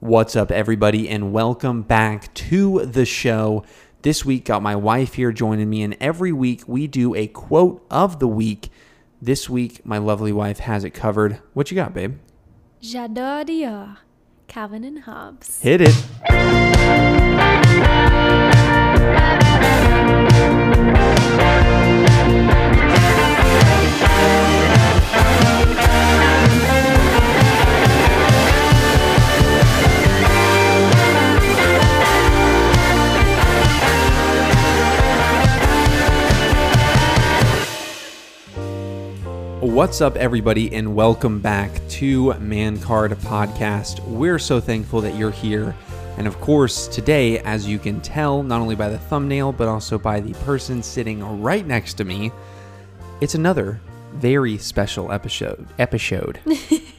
What's up, everybody, and welcome back to the show. This week, got my wife here joining me, and every week we do a quote of the week. This week, my lovely wife has it covered. What you got, babe? J'adore Dior, Calvin and Hobbes. Hit it. What's up, everybody, and welcome back to Man Card Podcast. We're so thankful that you're here. And of course, today, as you can tell, not only by the thumbnail, but also by the person sitting right next to me, it's another very special episode. Episode.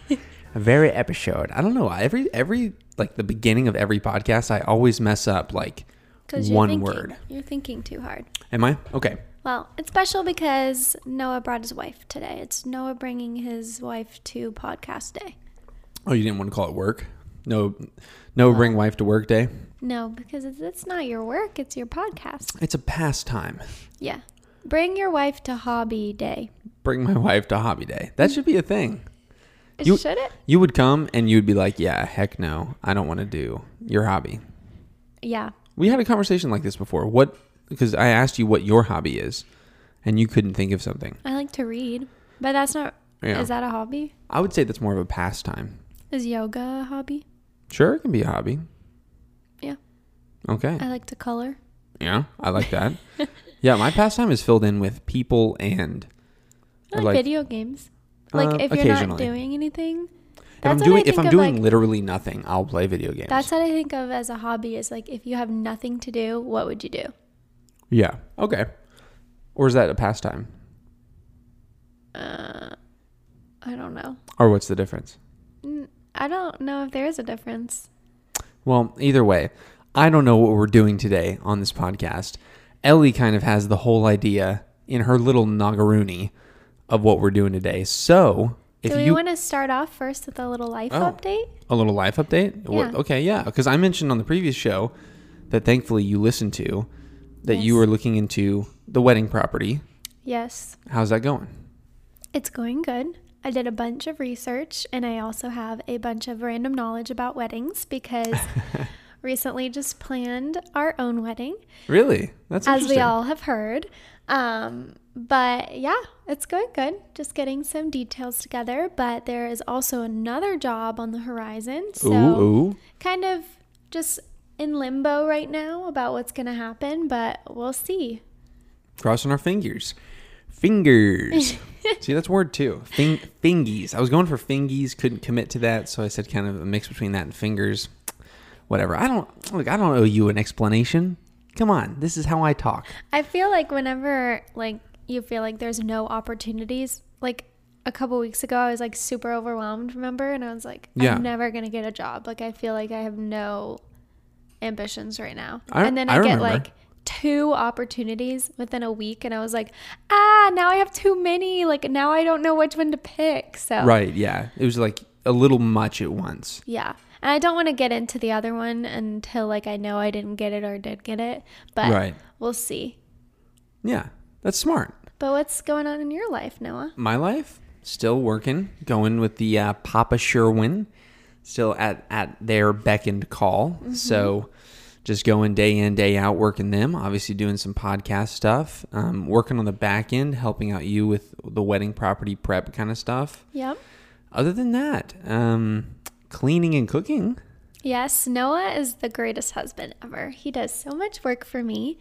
A very episode. I don't know. why. Every, every, like the beginning of every podcast, I always mess up like 'Cause you're one thinking- word. You're thinking too hard. Am I? Okay. Well, it's special because Noah brought his wife today. It's Noah bringing his wife to podcast day. Oh, you didn't want to call it work? No, no bring wife to work day. No, because it's, it's not your work, it's your podcast. It's a pastime. Yeah. Bring your wife to hobby day. bring my wife to hobby day. That should be a thing. You- Should it? You would come and you'd be like, yeah, heck no. I don't want to do your hobby. Yeah. We had a conversation like this before. What, because I asked you what your hobby is and you couldn't think of something. I like to read, but that's not. Yeah. Is that a hobby? I would say that's more of a pastime. Is yoga a hobby? Sure, it can be a hobby. Yeah. Uh, Okay. I like to color. Yeah, I like that. yeah, my pastime is filled in with people and I I like, like- video games. Like Uh, if you're not occasionally. doing anything, if I'm what I doing if think I'm of, doing like- literally nothing, I'll play video games. That's what I think of as a hobby is like if you have nothing to do, what would you do? yeah. Okay. Or is that a pastime? I don't know. Or what's the difference? I don't know if there is a difference. Well, either way, I don't know what we're doing today on this podcast. Ellie kind of has the whole idea in her little Nagaruni of what we're doing today. So, if do we you want to start off first with a little life Oh. update? a little life update, What- Yeah. okay, yeah, because I mentioned on the previous show that thankfully you listened to that you Yes. were looking into the wedding property. Yes. How's that going? It's going good. I did a bunch of research and I also have a bunch of random knowledge about weddings because recently just planned our own wedding, Really? That's as we interesting. all have heard. Um, but yeah, it's going good. Just getting some details together. But there is also another job on the horizon. So ooh, ooh. kind of just in limbo right now about what's going to happen, but we'll see. Crossing our fingers. Fingers. See, that's word too. Fing- fingies. I was going for fingies, couldn't commit to that, so I said kind of a mix between that and fingers. Whatever. I don't look. I don't owe you an explanation. Come on, this is how I talk. I feel like whenever like you feel like there's no opportunities, like a couple weeks ago I was like super overwhelmed, remember? And I was like Yeah. I'm never going to get a job. Like I feel like I have no ambitions right now. I- and then I I, get remember. like two opportunities within a week and I was like, "Ah, now I have too many. Like now I don't know which one to pick." So Right? Yeah. It was like a little much at once. Yeah. And I don't want to get into the other one until like I know I didn't get it or did get it, but Right. we'll see. Yeah. That's smart. But what's going on in your life, Noah? My life still working, going with the uh, Papa Sherwin, still at at their beck and call. Mm-hmm. So just going day in day out working them. Obviously doing some podcast stuff, um, working on the back end, helping out you with the wedding property prep kind of stuff. Yep. Other than that, um, cleaning and cooking. Yes, Noah is the greatest husband ever. He does so much work for me.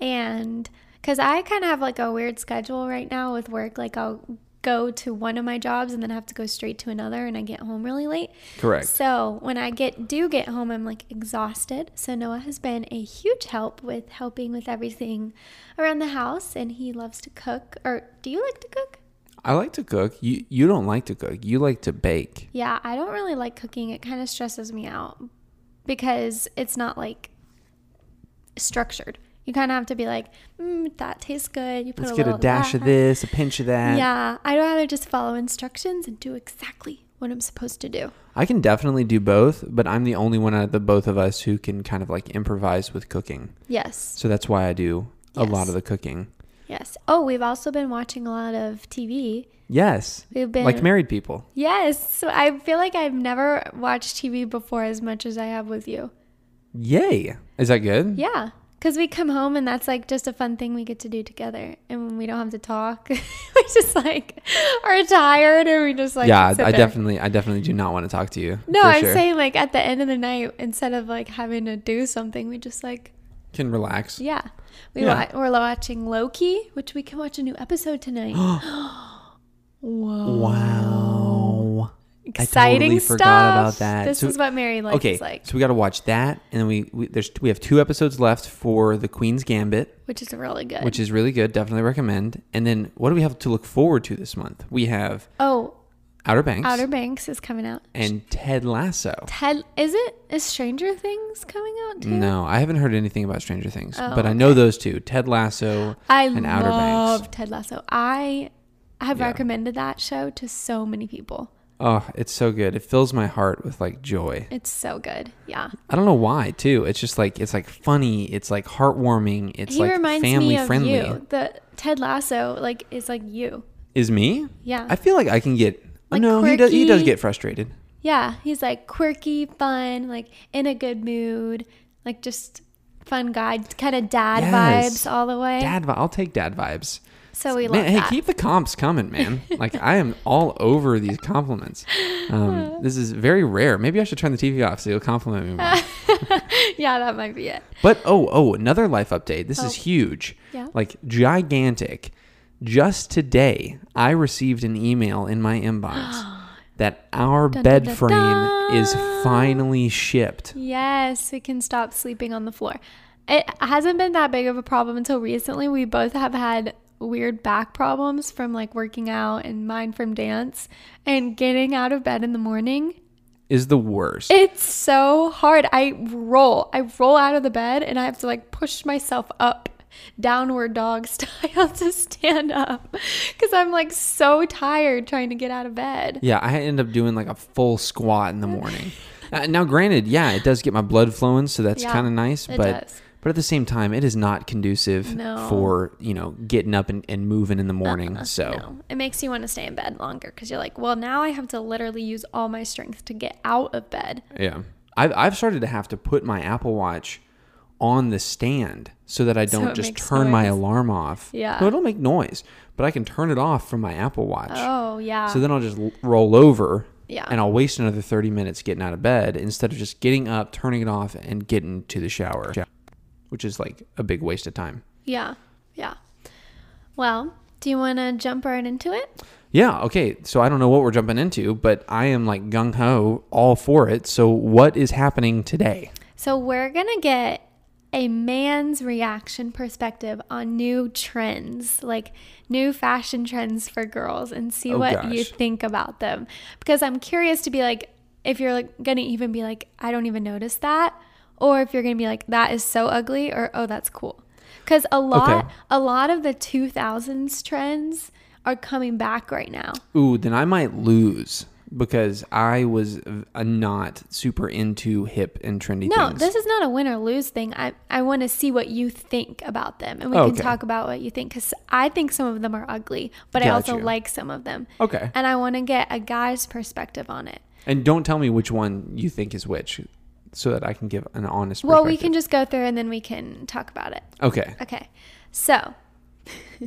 And because I kind of have like a weird schedule right now with work, like I'll go to one of my jobs and then have to go straight to another and I get home really late. Correct. So when I get do get home, I'm like exhausted. So Noah has been a huge help with helping with everything around the house, and he loves to cook. Or do you like to cook? I like to cook. You you don't like to cook. You like to bake. Yeah, I don't really like cooking. It kind of stresses me out because it's not like structured. You kind of have to be like, mm, that tastes good. You put Let's a get little a dash of that. this, a pinch of that. Yeah, I'd rather just follow instructions and do exactly what I'm supposed to do. I can definitely do both, but I'm the only one out of the both of us who can kind of like improvise with cooking. Yes. So that's why I do a lot Yes. of the cooking. Yes. Oh, we've also been watching a lot of TV. Yes. We've been Like married people. Yes. So I feel like I've never watched TV before as much as I have with you. Yay. Is that good? Yeah. Cuz we come home and that's like just a fun thing we get to do together and when we don't have to talk. we just like are tired or we just like yeah, I, sit I there. definitely I definitely do not want to talk to you. No, for I'm sure. saying like at the end of the night instead of like having to do something, we just like can relax. yeah. We Yeah. Wa- we're watching Loki, which we can watch a new episode tonight. Whoa. Wow. Exciting totally stuff. forgot about that. This So- is what married life Okay. is like, So we got to watch that and then we, we there's we have two episodes left for The Queen's Gambit. which is really good. which is really good. Definitely recommend. And then what do we have to look forward to this month? We have oh, Outer Banks Outer Banks is coming out. and Ted Lasso. Ted, is it? Is Stranger Things coming out too? No, I haven't heard anything about Stranger Things, Oh, but I know those two Ted Lasso I and Outer love Banks. Ted Lasso. I have Yeah. recommended that show to so many people. Oh, it's so good. It fills my heart with like joy. It's so good. Yeah. I don't know why, too. It's just like, it's like funny. It's like heartwarming. It's he like reminds family me of friendly. you. The Ted Lasso, like, is like you. Is me? Yeah. I feel like I can get. oh, Like no, he does, he does quirky. get frustrated. yeah. He's like quirky, fun, like in a good mood, like just fun guy, kind of dad Yes. vibes all the way. Dad, vi- I'll take dad vibes. so we love Man, hey, that. keep the comps coming, man. Like I am all over these compliments. Um, this is very rare. Maybe I should turn the TV off so you'll compliment me more. yeah, that might be it. But oh, oh, another life update. This is Oh. huge. Yeah. Like gigantic. Just today, I received an email in my inbox that our Dun, bed dun, dun, frame is dun. finally shipped. Yes, we can stop sleeping on the floor. It hasn't been that big of a problem until recently. We both have had weird back problems from like working out and mine from dance and getting out of bed in the morning. Is the worst. It's so hard. I roll. I roll out of the bed and I have to like push myself up downward dog style to stand up cuz I'm like so tired trying to get out of bed. Yeah, I end up doing like a full squat in the morning. Uh, now, granted, yeah, it does get my blood flowing, so that's Yeah, kind of nice. it but does. but at the same time, it is not conducive No. Uh-uh. for you know getting up and, and moving in the morning. so No, it makes you want to stay in bed longer because you're like, well, now I have to literally use all my strength to get out of bed. yeah, I've I've started to have to put my Apple Watch on the stand so that I don't it just makes turn my noise. alarm off. Yeah. no, it'll make noise, but I can turn it off from my Apple Watch. Oh yeah. So then I'll just l- roll over Yeah. and I'll waste another 30 minutes getting out of bed instead of just getting up, turning it off, and getting to the shower, which is like a big waste of time. yeah, yeah. Well, do you want to jump right into it? Yeah. Okay. So I don't know what we're jumping into, but I am like gung ho all for it. So what is happening today? So we're gonna get a man's reaction perspective on new trends, like new fashion trends for girls, and see Oh, what you gosh. think about them. Because I'm curious to be like, if you're like gonna even be like, I don't even notice that, or if you're gonna be like, that is so ugly, or oh, that's cool. Because a lot, a lot of the 2000s trends are coming back right now. Ooh, then I might lose because I was uh, not super into hip and trendy No, things. this is not a win or lose thing. I, I want to see what you think about them, and we Okay. can talk about what you think because I think some of them are ugly, but I Got also you. like some of them. okay. And I want to get a guy's perspective on it. And don't tell me which one you think is which so that I can give an honest Well, we perspective. can just go through and then we can talk about it. Okay. Okay. So,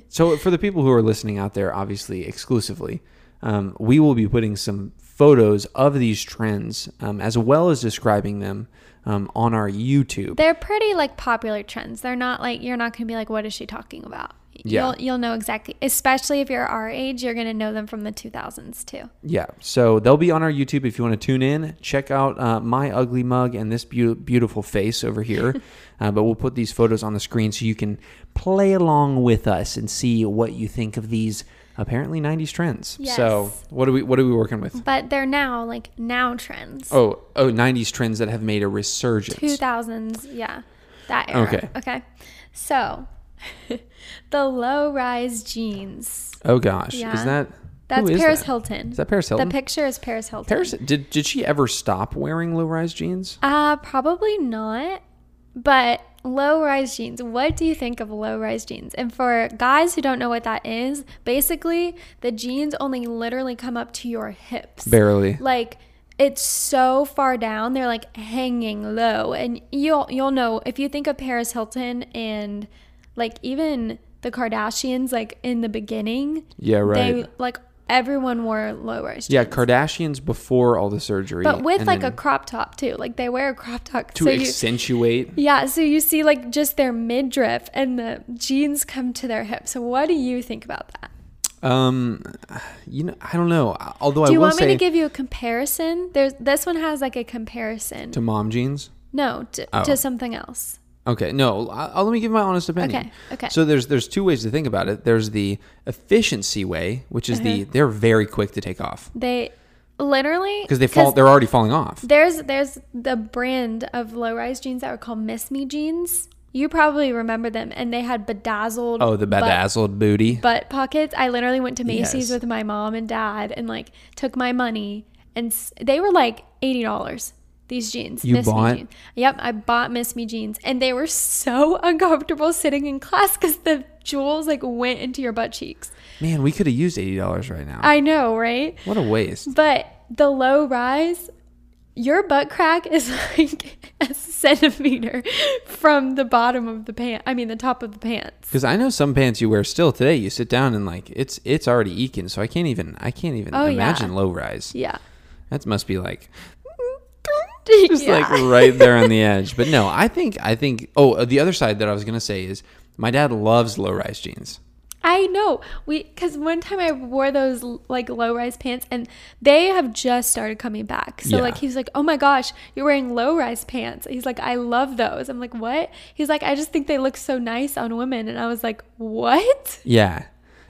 So, for the people who are listening out there, obviously exclusively, um, we will be putting some photos of these trends um, as well as describing them um, on our YouTube. they're pretty like popular trends. They're not like you're not going to be like what is she talking about? Yeah. You'll you'll know exactly, especially if you're our age, you're going to know them from the 2000s too. Yeah, so they'll be on our YouTube if you want to tune in. Check out uh, my ugly mug and this beau- beautiful face over here. uh, but we'll put these photos on the screen so you can play along with us and see what you think of these apparently '90s trends. So, Yes. what are we what are we working with? But they're now like now trends. Oh, oh, '90s trends that have made a resurgence. 2000s yeah that era Okay. okay okay so the low rise jeans Oh gosh, Yeah. is that That's is Paris that? Hilton. Is that Paris Hilton? The picture is Paris Hilton. Paris did did she ever stop wearing low rise jeans? Uh, probably not. But low rise jeans, what do you think of low rise jeans? And for guys who don't know what that is, basically the jeans only literally come up to your hips. Barely. Like it's so far down, they're like hanging low. And you'll you'll know if you think of Paris Hilton and like even the Kardashians like in the beginning, Yeah, right. they like everyone wore low rise jeans. yeah, Kardashians before all the surgery. But with and like a then crop top too. Like they wear a crop top to so you- accentuate yeah, so you see like just their midriff and the jeans come to their hips. So what do you think about that? um you know I don't know. Although Do I you will want say me to give you a comparison? There's this one has like a comparison. to mom jeans. no, to, Oh. to something else. Okay, no. I, I'll, let me give my honest opinion. Okay, okay. So there's there's two ways to think about it. There's the efficiency way, which is Uh-huh. the they're very quick to take off They literally because they fall. They're already falling off. there's there's the brand of low-rise jeans that were called Miss Me jeans. You probably remember them and they had bedazzled Oh, the butt bedazzled booty. butt pockets. I literally went to Macy's Yes. with my mom and dad and like took my money and s- they were like eighty dollars. These jeans, You Me bought- jeans. Yep, I bought Miss Me jeans, and they were so uncomfortable sitting in class because the jewels like went into your butt cheeks. Man, we could have used eighty dollars right now. I know, right? what a waste. But the low rise, your butt crack is like a centimeter from the bottom of the pant. I mean, the top of the pants. Because I know some pants you wear still today. You sit down and like it's it's already eking. So I can't even I can't even Oh, yeah. imagine low rise. Yeah. That must be like just like right there on the edge. But no, I think I think oh the other side that I was gonna say is my dad loves low rise jeans. I know. We cuz one time I wore those l- like low-rise pants and they have just started coming back. So Yeah. like he's like, "Oh my gosh, you're wearing low-rise pants." He's like, "I love those." I'm like, "What?" He's like, "I just think they look so nice on women." And I was like, "What?" Yeah.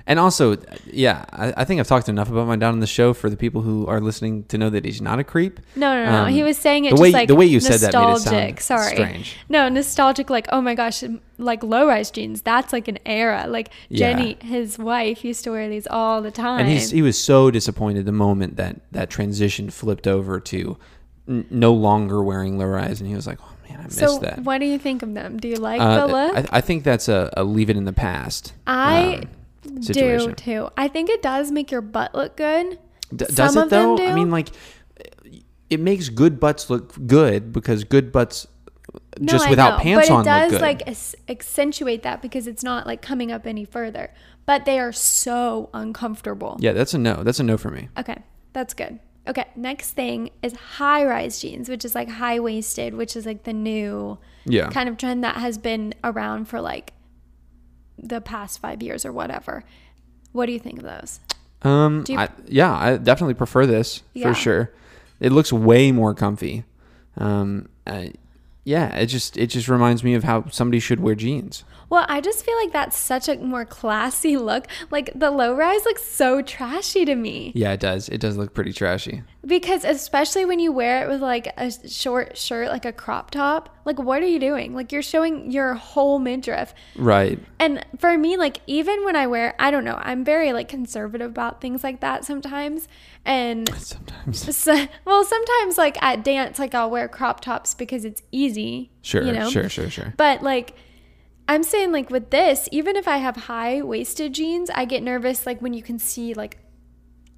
And also, uh, yeah, I, I think I've talked enough about my dad on the show for the people who are listening to know that he's not a creep. No, no, no. Um, he was saying it the just way- like the way you said that made it sound nostalgic. Sorry. strange. No, nostalgic like, "Oh my gosh, m- like low-rise jeans. That's like an era." Like Yeah. Jenny, his wife, used to wear these all the time. And he's, he was so disappointed the moment that that transition flipped over to n- no longer wearing low rise, and he was like, "Oh man, I missed so that." what do you think of them? Do you like Uh, the look? I, I think that's a, a leave it in the past. um, I do situation. too. I think it does make your butt look good. D- Some does it of them though? I do. mean, like, it makes good butts look good because good butts No, just I without know, pants but on it does look good. like ac- accentuate that because it's not like coming up any further. But they are so uncomfortable. yeah, that's a no. That's a no for me. Okay, that's good. Okay, next thing is high rise jeans, which is like high waisted, which is like the new Yeah. kind of trend that has been around for like the past five years or whatever. What do you think of those? Um, Do you- I, yeah, I definitely prefer this Yeah. for sure. It looks way more comfy. Um, I, yeah, it just it just reminds me of how somebody should wear jeans. Well, I just feel like that's such a more classy look. Like the low rise looks so trashy to me Yeah, it does. It does look pretty trashy. because especially when you wear it with like a short shirt, like a crop top, like what are you doing? Like you're showing your whole midriff. Right. And for me, like even when I wear, I don't know, I'm very like conservative about things like that sometimes. And Sometimes. so, well, sometimes like at dance, like I'll wear crop tops because it's easy. Sure. you know? Sure. Sure. Sure. But like I'm saying like with this, even if I have high waisted jeans, I get nervous like when you can see like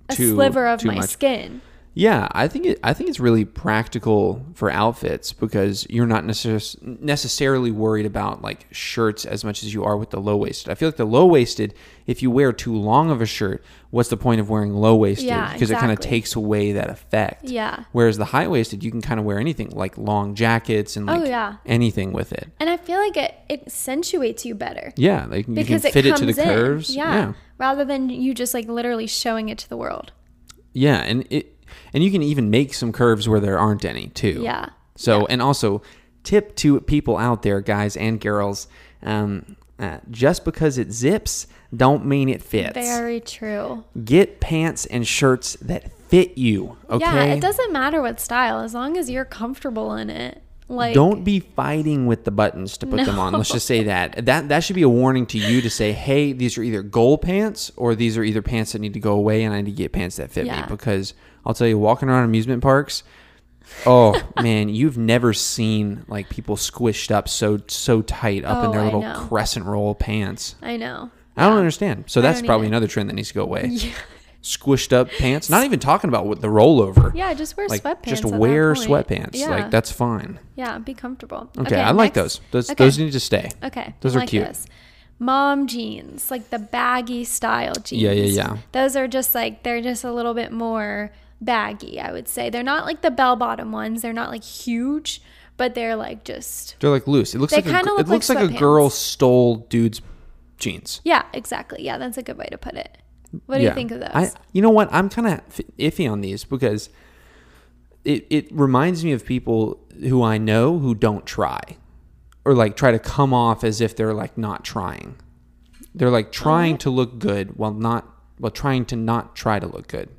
a Too- sliver of too my much. skin. Yeah, I think it, I think it's really practical for outfits because you're not necess- necessarily worried about like shirts as much as you are with the low waisted. I feel like the low waisted, if you wear too long of a shirt, what's the point of wearing low waisted? Yeah, because it kind of exactly. takes away that effect. Yeah. Whereas the high waisted, you can kind of wear anything like long jackets and Oh, like yeah. anything with it. And I feel like it, it accentuates you better. Yeah, like you can Because it fit it comes to the in. curves. Yeah, Rather than you just like literally showing it to the world. yeah, yeah, and it and you can even make some curves where there aren't any too. Yeah. So, and also, tip to people out there, guys and girls, um, uh, just because it zips, don't mean it fits. Very true. Get pants and shirts that fit you. Okay. Yeah, it doesn't matter what style, as long as you're comfortable in it. Like Don't be fighting with the buttons to put them on. Let's just say that. That that should be a warning to you to say, "Hey, these are either goal pants or these are either pants that need to go away and I need to get pants that fit me." Yeah. Because I'll tell you walking around amusement parks, oh man, you've never seen like people squished up so so tight up in Oh, their I little know. crescent roll pants. I know. I don't understand. So that's don't probably either. another trend that needs to go away. Squished up pants. Not even talking about what the rollover. Yeah, just wear like sweatpants. just at that wear point. sweatpants. Yeah. Like that's fine. Yeah, be comfortable. Okay, I like next- those. Those okay. those need to stay. Okay. Those I are like cute. this. Mom jeans, like the baggy style jeans. Yeah, yeah, yeah. Those are just like they're just a little bit more baggy, I would say. They're not like the bell bottom ones. They're not like huge, but they're like just They're like loose. It looks They like a, kinda gr- look it looks like, like a sweatpants. girl stole dude's jeans. Yeah, exactly. Yeah, that's a good way to put it. What do you think of those? I you know what? I'm kind of iffy on these because it it reminds me of people who I know who don't try or like try to come off as if they're like not trying. They're like Oh. trying to look good while not while trying to not try to look good.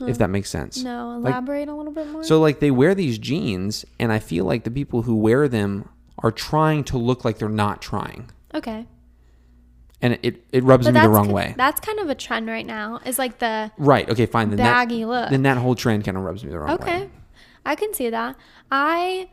If that makes sense. no, Like, elaborate a little bit more. So like they wear these jeans and I feel like the people who wear them are trying to look like they're not trying. okay. And it, it rubs me the that's wrong ki- way. That's kind of a trend right now. Is like the right. Okay, fine. Then baggy that, look. Then that whole trend kind of rubs me the wrong way. Okay. I can see that. I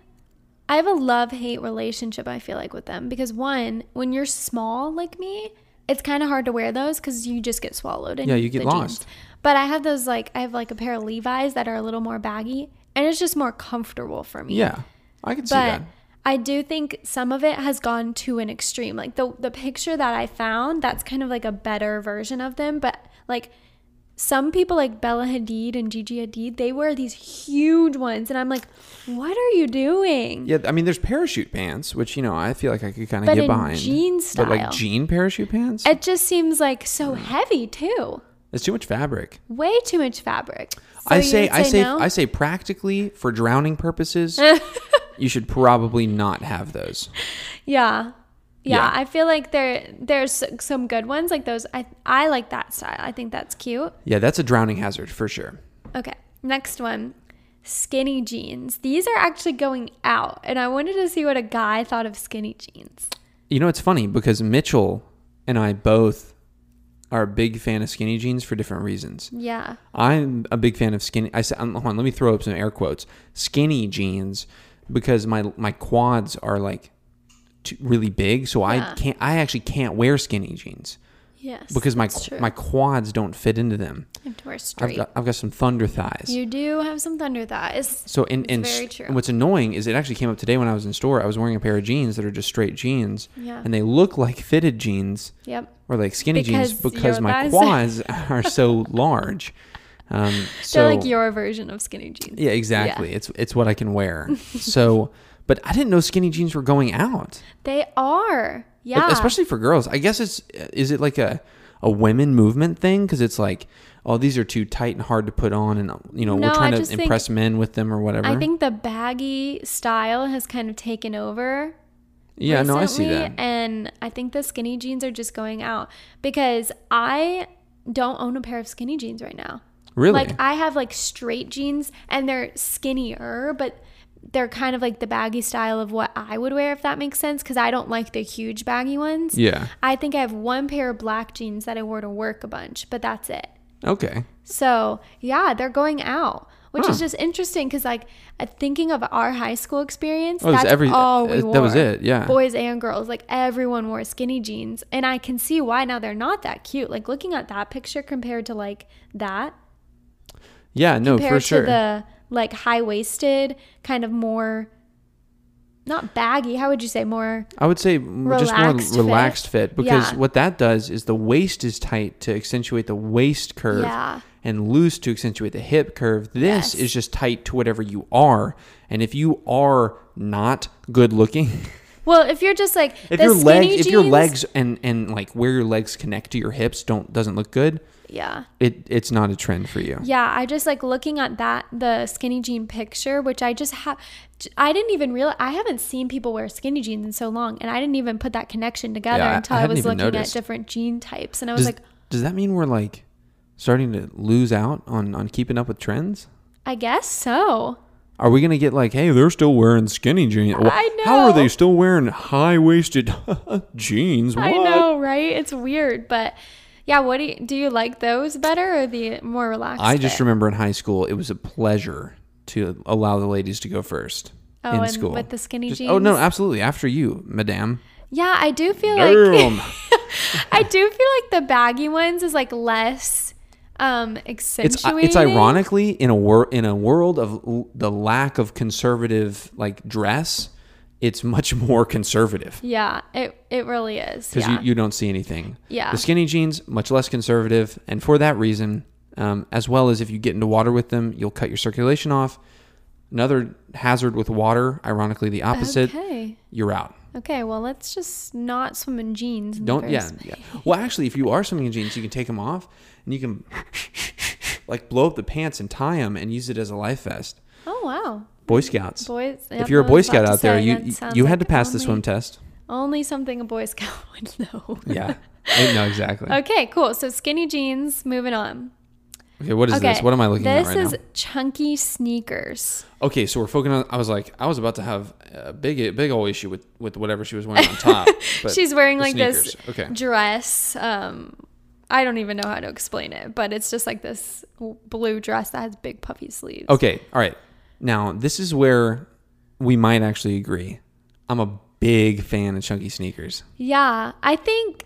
I have a love-hate relationship I feel like with them because one, when you're small like me, it's kind of hard to wear those cuz you just get swallowed and Yeah, you get the jeans. lost. But I have those like I have like a pair of Levi's that are a little more baggy and it's just more comfortable for me. Yeah. I can see but that. I do think some of it has gone to an extreme. Like the the picture that I found, that's kind of like a better version of them. But like some people, like Bella Hadid and Gigi Hadid, they wear these huge ones, and I'm like, what are you doing? Yeah, I mean there's parachute pants, which you know, I feel like I could kind of But get in behind. jean But like style. jean parachute pants? It just seems like so heavy too. it's too much fabric. Way too much fabric. So I you say, would I say no? I say practically for drowning purposes, you should probably not have those. Yeah. Yeah, Yeah. I feel like there there's some good ones like those. I I like that style. I think that's cute. Yeah, that's a drowning hazard for sure. Okay, next one. Skinny jeans. These are actually going out, and I wanted to see what a guy thought of skinny jeans. You know, it's funny because Mitchell and I both are a big fan of skinny jeans for different reasons. Yeah. I'm a big fan of skinny. I said, um, hold on, let me throw up some air quotes. Skinny jeans because my my quads are like t- really big, so I Yeah. can't. I actually can't wear skinny jeans Yes. because my that's qu- true. my quads don't fit into them. You have to wear straight. I've got, I've got some thunder thighs. you do have some thunder thighs. So and and, very st- true. and what's annoying is it actually came up today when I was in store. I was wearing a pair of jeans that are just straight jeans, Yeah. and they look like fitted jeans Yep. or like skinny jeans Because because your my thighs- quads are so large. Um, so They're like your version of skinny jeans. yeah, exactly. It's it's what I can wear. so, but I didn't know skinny jeans were going out, They are. but Yeah. especially for girls. I guess it's is it like a a women movement thing because it's like oh these are too tight and hard to put on and you know No, we're I trying just to think- impress men with them or whatever. I think the baggy style has kind of taken over yeah, no, I see recently, that. And I think the skinny jeans are just going out because I don't own a pair of skinny jeans right now. Really? Like I have like straight jeans and they're skinnier, but they're kind of like the baggy style of what I would wear if that makes sense because I don't like the huge baggy ones. yeah. I think I have one pair of black jeans that I wore to work a bunch, but that's it. Okay. So yeah, they're going out, which Huh. is just interesting because like uh, thinking of our high school experience, Oh, it was that's every- all we uh, wore. that was it, yeah. boys and girls, like everyone wore skinny jeans, and I can see why now they're not that cute. Like looking at that picture compared to like that, Yeah, no, Oh, for compared sure. to the like high waisted kind of more, not baggy. How would you say more? I would say m- just more Relaxed fit. relaxed fit, because Yeah. what that does is the waist is tight to accentuate the waist curve Yeah. and loose to accentuate the hip curve. This Yes. is just tight to whatever you are. And if you are not good looking, Well, if you're just like if the your skinny legs, jeans, if your legs and and like where your legs connect to your hips don't doesn't look good, yeah. it it's not a trend for you. Yeah, I just like looking at that the skinny jean picture, which I just have. I didn't even realize I haven't seen people wear skinny jeans in so long, and I didn't even put that connection together Yeah, I- until I I, hadn't was even looking noticed. at different jean types, and I was Does, like, does that mean we're like starting to lose out on on keeping up with trends? I guess so. Are we gonna get like, hey, they're still wearing skinny jeans? Wh- I How are they know. still wearing high waisted jeans? What? I know, right? It's weird, but yeah. What do you, do you like those better or the more relaxed? I just fit? remember in high school, it was a pleasure to allow the ladies to go first Oh, in and school. with the skinny Just- jeans. Oh no, absolutely. After you, madame. Yeah, I do feel like Damn. I do feel like the baggy ones is like less um accentuated. it's uh, it's ironically in a wor- in a world of l- the lack of conservative like dress, it's much more conservative Yeah, it it really is. because Yeah. you, you don't see anything. Yeah. The skinny jeans much less conservative, and for that reason, um, as well as if you get into water with them, you'll cut your circulation off. Another hazard with water, ironically the opposite, okay. you're out. Okay, well, let's just not swim in jeans. in the Don't yeah, first- yeah. Well, actually, if you are swimming in jeans, you can take them off and you can like blow up the pants and tie them and use it as a life vest. Oh wow, Boy Scouts. boys. if you're a Boy Scout out there, you you had to pass only, the swim test. Only something a Boy Scout would know. Yeah. Eh, no, exactly. Okay. okay, cool. So skinny jeans. Moving on. what is Okay. this? What am I looking this at right is now? chunky sneakers. Okay, so we're focusing on. I was like, I was about to have a big, big old issue with with whatever she was wearing on top. But She's wearing the like this sneakers. Okay. dress. Um, I don't even know how to explain it, but it's just like this w- blue dress that has big puffy sleeves. Okay. All right. Now this is where we might actually agree. I'm a big fan of chunky sneakers. Yeah, I think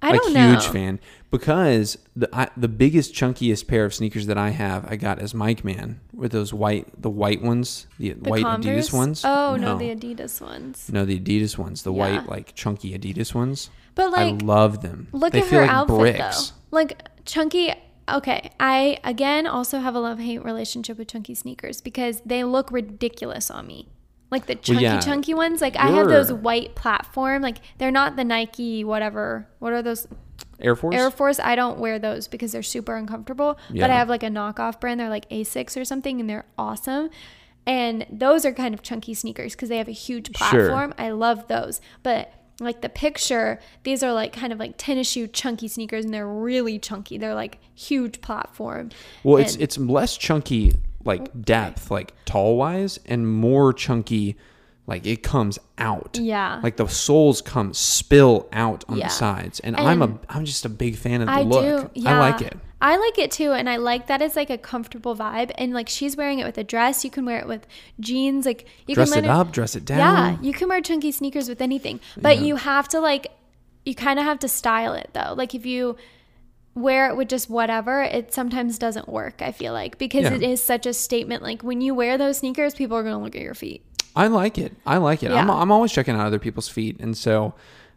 I like don't know. huge fan because the I, the biggest chunkiest pair of sneakers that I have I got as Mike Man with those white the white ones the, The white Converse? Adidas ones. Oh no. the Adidas ones. no the Adidas ones the Yeah. white like chunky Adidas ones. But like, I love them. look they at feel her like outfit bricks. though. Like chunky. Okay, I again also have a love hate relationship with chunky sneakers because they look ridiculous on me. Like the chunky yeah. chunky ones. Like I have those You're- white platform. Like they're not the Nike whatever. What are those? Air Force. Air Force, I don't wear those because they're super uncomfortable. But Yeah. I have like a knockoff brand. They're like Asics or something, and they're awesome. And those are kind of chunky sneakers because they have a huge Sure. platform. I love those. But like the picture, these are like kind of like tennis shoe chunky sneakers, and they're really chunky. They're like huge platform. well, it's and- it's less chunky like depth like tall wise and more chunky like it comes out. Yeah. Like the soles come spill out on Yeah. the sides, and, I'm a I'm just a big fan of the look. I like it. I like it too, and I like that it's like a comfortable vibe. And like she's wearing it with a dress. You can wear it with jeans. Like you dress can it let up, dress it down. Yeah, you can wear chunky sneakers with anything, but you have to like, you kind of have to style it though. Like if you wear it with just whatever, it sometimes doesn't work. I feel like because Yeah. it is such a statement. Like when you wear those sneakers, people are gonna look at your feet. I like it. I like it. I'm, Yeah. I'm always checking out other people's feet, and so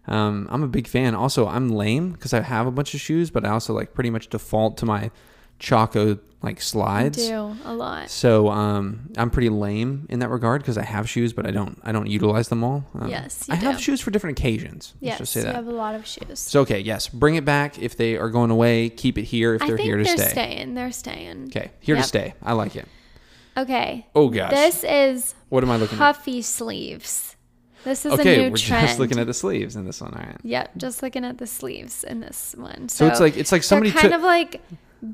um, I'm a big fan. Also, I'm lame because I have a bunch of shoes, but I also like pretty much default to my Choco like slides. Do a lot. So um, I'm pretty lame in that regard because I have shoes, but I don't I don't utilize them all. Um, Yes, you I have do. shoes for different occasions. Let's Yes, just say you that. have a lot of shoes. so okay, yes, bring it back if they are going away. Keep it here if I they're think here to they're stay. staying. They're staying. Okay, here Yep. to stay. I like it. Okay. Oh gosh, This is what am I looking at? puffy sleeves. This is okay, a new we're trend. just looking at the sleeves in this one. All right. Yep, just looking at the sleeves in this one. So it's like- it's like they're somebody kind took- of like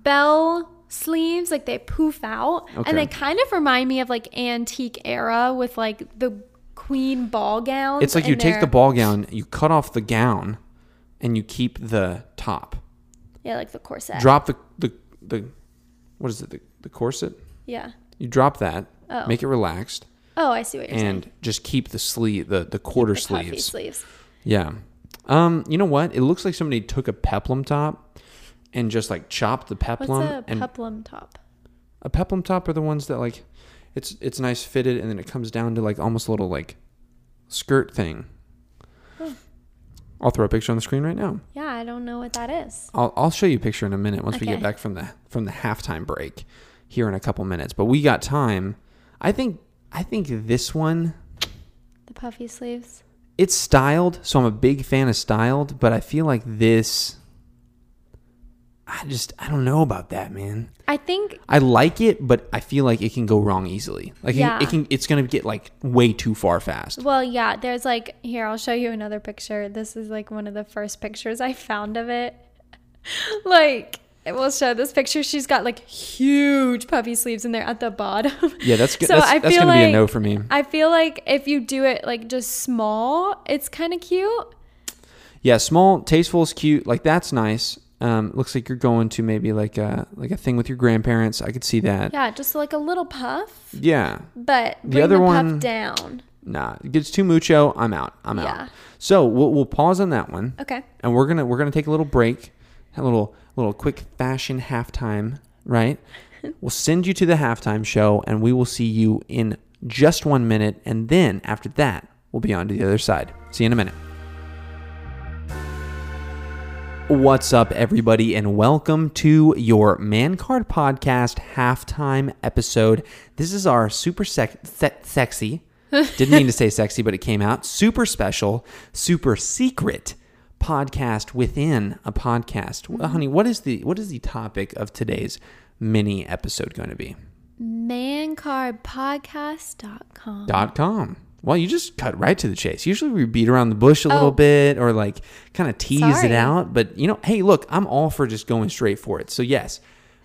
bell sleeves, like they poof out, Okay. and they kind of remind me of like antique era with like the queen ball gowns. It's like you and take the they're- ball gown, you cut off the gown, and you keep the top. yeah, like the corset. Drop the the, the what is it? The, the corset. yeah. You drop that, Oh. make it relaxed, Oh, I see what you're saying. and just keep the sleeve the the quarter The puffy sleeves. sleeves. Yeah. Um, you know what? It looks like somebody took a peplum top and just like chopped the What's peplum a and peplum top? a peplum top are the ones that like it's it's nice fitted and then it comes down to like almost a little like skirt thing. I'll throw a picture on the screen right now. Yeah, I don't know what that is. I'll, I'll show you a picture in a minute once we get Okay. back from the from the halftime break here in a couple minutes. But we got time. I think I think this one The puffy sleeves. it's styled, so I'm a big fan of styled, but I feel like this I just I don't know about that, man. I think I like it, but I feel like it can go wrong easily. Like it- Yeah. it can it's going to get like way too far fast. Well, yeah, there's like here, I'll show you another picture. This is like one of the first pictures I found of it. like we'll show this picture. She's got like huge puffy sleeves and they're at the bottom. Yeah, that's good. that's, that's gonna be a no for me. I feel like if you do it like just small, it's kind of cute. Yeah, small, tasteful is cute. Like that's nice. Um, looks like you're going to maybe like a like a thing with your grandparents. I could see that. Yeah, just like a little puff, Yeah. but bring the other other one- puff down. Nah, it gets too mucho. I'm out. I'm out. Yeah. So we'll, we'll pause on that one, Okay. and we're gonna we're gonna take a little break, a little little quick fashion halftime. Right. we'll send you to the halftime show, and we will see you in just one minute, and then after that, we'll be on to the other side. See you in a minute. What's up, everybody, and welcome to your Man Card Podcast halftime episode. This is our super sec- se- sexy, didn't mean to say sexy, but it came out super special, super secret podcast within a podcast. Well, honey, what is the what is the topic of today's mini episode going to be? Mancardpodcast.com. Dot com. Well, you just cut right to the chase. Usually we beat around the bush a little Oh. bit or like kind of tease it Sorry. out. But, you know, hey, look, I'm all for just going straight for it. So, yes,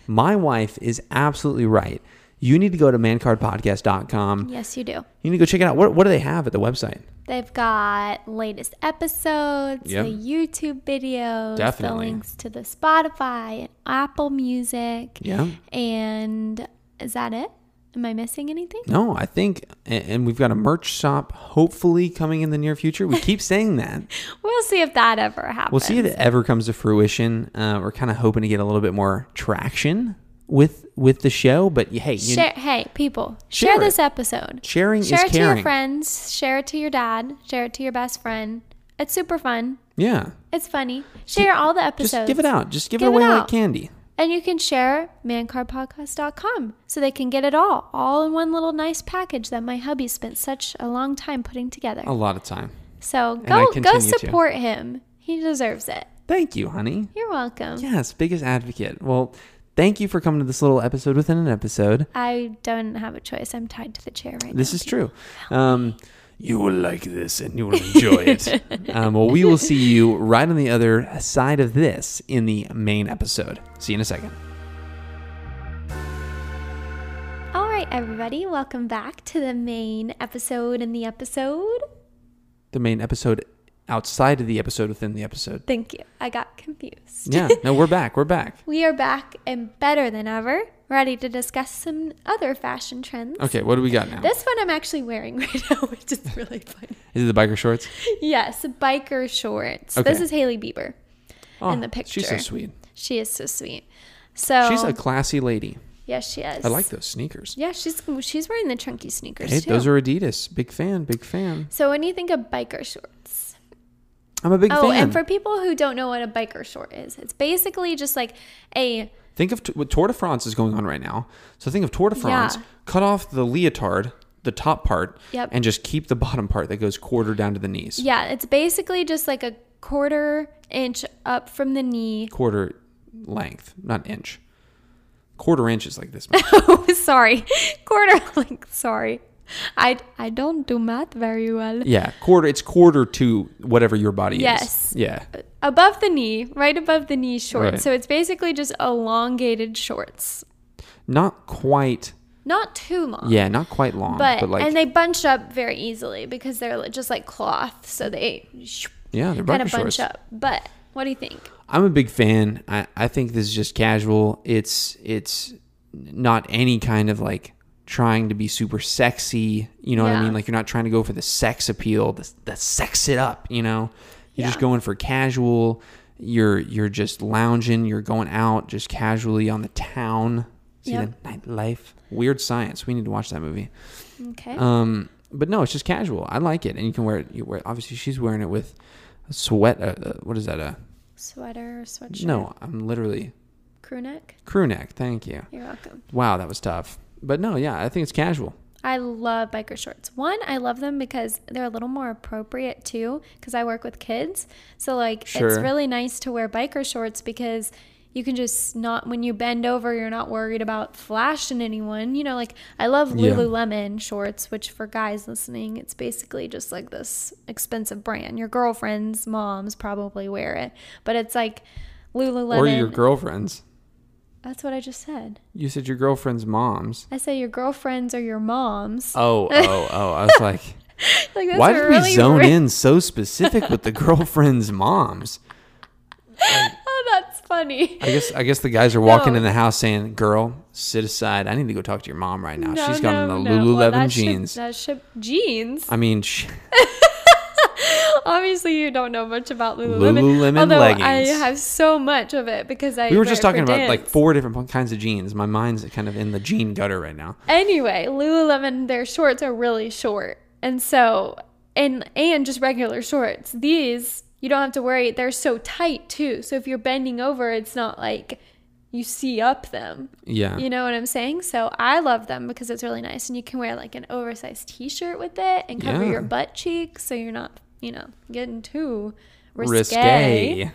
my wife is absolutely right. You need to go to mancardpodcast.com. Yes, you do. You need to go check it out. What, what do they have at the website? They've got latest episodes, Yep. the YouTube videos, Definitely. the links to the Spotify and Apple Music. Yeah. And is that it? Am I missing anything? No, I think, and and we've got a merch shop hopefully coming in the near future. We keep saying that. We'll see if that ever happens. We'll see if it ever comes to fruition. Uh, we're kind of hoping to get a little bit more traction with with the show. But hey, you, Share, hey, people, Share share, it. this episode. sharing Share is it to your caring. friends. Share it to your dad. Share it to your best friend. It's super fun. Yeah. It's funny. Share all the episodes. Just give it out. Just give, it Give it away like out. candy. And you can share mancarpodcast.com so they can get it all, all in one little nice package that my hubby spent such a long time putting together. A lot of time. so Oh, I go go continue to. support him. He deserves it. Thank you, honey. You're welcome. Yes, biggest advocate. Well, thank you for coming to this little episode within an episode. I don't have a choice. I'm tied to the chair right This is true. Um, you will like this and you will enjoy it. um, well, we will see you right on the other side of this in the main episode. See you in a second. now. All right, everybody, welcome back to the main episode in the episode. The main episode outside of the episode within the episode. Thank you. I got confused. Yeah, no, we're back. We're back. We are back and better than ever, ready to discuss some other fashion trends. Okay, what do we got now? This one I'm actually wearing right now, which is really funny. Is it the biker shorts? Yes, biker shorts. This Okay. is Haley Bieber. Oh, the She's so picture. sweet. She is so sweet. So She's a classy lady. yes, she is. I like those sneakers. Yeah, she's she's wearing the chunky sneakers Hey, too. those are Adidas. Big fan, big fan. so when you think of biker shorts, I'm a big oh, fan. and for people who don't know what a biker short is, it's basically just like a think of t- what Tour de France is going on right now. So think of Tour de France. Yeah. Cut off the leotard, the top part, Yep. and just keep the bottom part that goes quarter down to the knees. yeah, it's basically just like a quarter inch up from the knee. Quarter length, not inch. Quarter inch is like this. much. oh, sorry, quarter. Like sorry, I I don't do math very well. yeah, quarter. It's quarter to whatever your body Yes. is. Yeah. above the knee, right above the knee shorts. Right. So it's basically just elongated shorts. Not quite. Not too long. Yeah, not quite long, but, But, like and they bunch up very easily because they're li- just like cloth, so they yeah, they're kind biker of bunch shorts. up. But what do you think? I'm a big fan. I, I think this is just casual. It's it's not any kind of like trying to be super sexy. You know what I Yeah. mean? Like you're not trying to go for the sex appeal, the, the sex it up. You know, you're just Yeah. going for casual. You're you're just lounging. You're going out just casually on the town. See Yep. the nightlife. Weird science. We need to watch that movie. Okay. Um, but no, it's just casual. I like it, and you can wear it. You wear obviously she's wearing it with a sweat. Uh, uh, what is that? A Sweater, sweatshirt, no, I'm literally crew neck. crew neck. Thank you. You're welcome. Wow, that was tough. But no, yeah, I think it's casual. I love biker shorts. One, I love them because they're a little more appropriate too, because I work with kids. So, like, it's Sure. really nice to wear biker shorts because you can just not, when you bend over, you're not worried about flashing anyone. You know, like, I love Yeah. Lululemon shorts, which for guys listening, it's basically just like this expensive brand. Your girlfriend's moms probably wear it, but it's like Lululemon. Or your girlfriends. That's what I just said. You said your girlfriend's mom's. I say your girlfriends or your moms. Oh, oh, oh. I was like, like that's why a did really we zone rude- in so specific with the girlfriend's moms? oh, that's funny. I guess I guess the guys are walking No. in the house saying, "Girl, sit aside. I need to go talk to your mom right now. No, She's got no, on the no. Lululemon Well, that should- jeans." Uh, that should jeans. I mean, sh- Obviously, you don't know much about Lululemon. Lululemon although I leggings. have so much of it because I we were just wear it talking for about like dance. four different kinds of jeans. My mind's kind of in the jean gutter right now. anyway, Lululemon their shorts are really short, and so and and just regular shorts. These you don't have to worry; they're so tight too. So if you're bending over, it's not like you see up them. Yeah. You know what I'm saying? So I love them because it's really nice, and you can wear like an oversized T-shirt with it and cover Yeah. your butt cheeks, so you're not, you know, getting too risque. risque.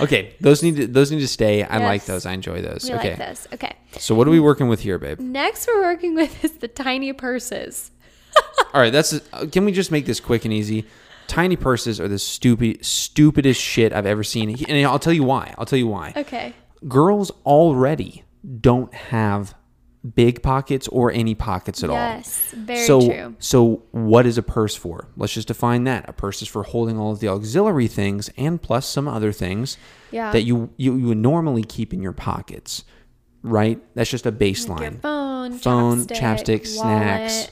okay, those need to, those need to stay. I like Yes. those. I enjoy those. We okay. like this. Okay. So what are we working with here, babe? Next, we're working with is the tiny purses. All right, that's uh, can we just make this quick and easy? Tiny purses are the stupid stupidest shit I've ever seen. And I'll tell you why. I'll tell you why. Okay. Girls already don't have big pockets or any pockets at all. Yes. Very so, true. So, what is a purse for? Let's just define that. A purse is for holding all of the auxiliary things and plus some other things Yeah. that you, you you would normally keep in your pockets, right? That's just a Your baseline. phone, Phone, chapstick, chapstick, snacks,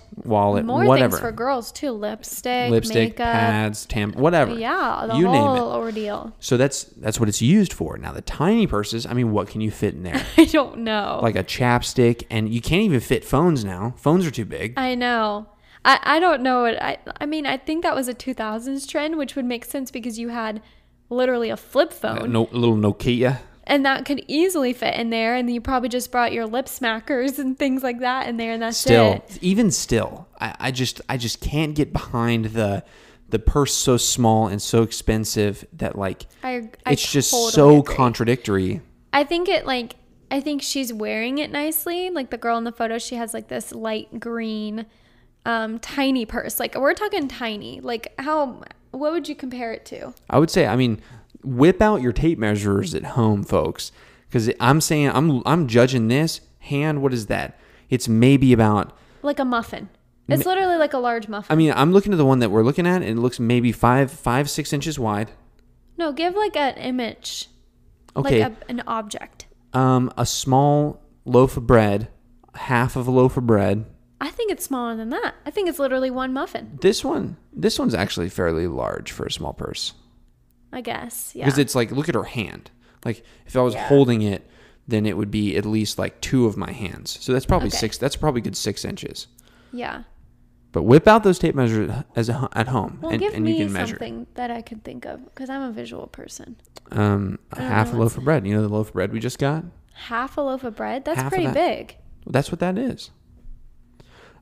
wallet, wallet. More whatever. things for girls too: lipstick, Lipstick, makeup. pads, tam, whatever. Yeah, the you whole name it. ordeal. So that's that's what it's used for. Now the tiny purses. I mean, what can you fit in there? I don't know. like a chapstick, and you can't even fit phones now. Phones are too big. I know. I, I don't know what I I mean, I think that was a 2000s trend, which would make sense because you had literally a flip phone Uh, No little Nokia. and that could easily fit in there and you probably just brought your lip smackers and things like that in there and that's still it. even still I, I just i just can't get behind the the purse so small and so expensive that like I, I it's just totally so agree. contradictory I think it like I think she's wearing it nicely. Like the girl in the photo, she has like this light green um tiny purse. Like we're talking tiny. Like how what would you compare it to? i would say i mean whip out your tape measures at home folks because i'm saying i'm i'm judging this hand what is that it's maybe about Like a muffin. It's literally like a large muffin. i mean i'm looking at the one that we're looking at and it looks maybe five five six inches wide No, give like an image, okay like a, an object. um a small loaf of bread half of a loaf of bread I think it's smaller than that. I think it's literally one muffin. This one, this one's actually fairly large for a small purse I guess. Yeah. because it's like look at her hand. Like if I was holding it, then it would be at least like two of my hands. So that's probably Okay. six. That's probably a good six inches. yeah. But whip out those tape measures as a, at home, Well, and, give and me you can measure something that I can think of because I'm a visual person. um, a half a loaf of bread. You know the loaf of bread we just got. Half a loaf of bread. That's Half of pretty that. big. Well, that's what that is.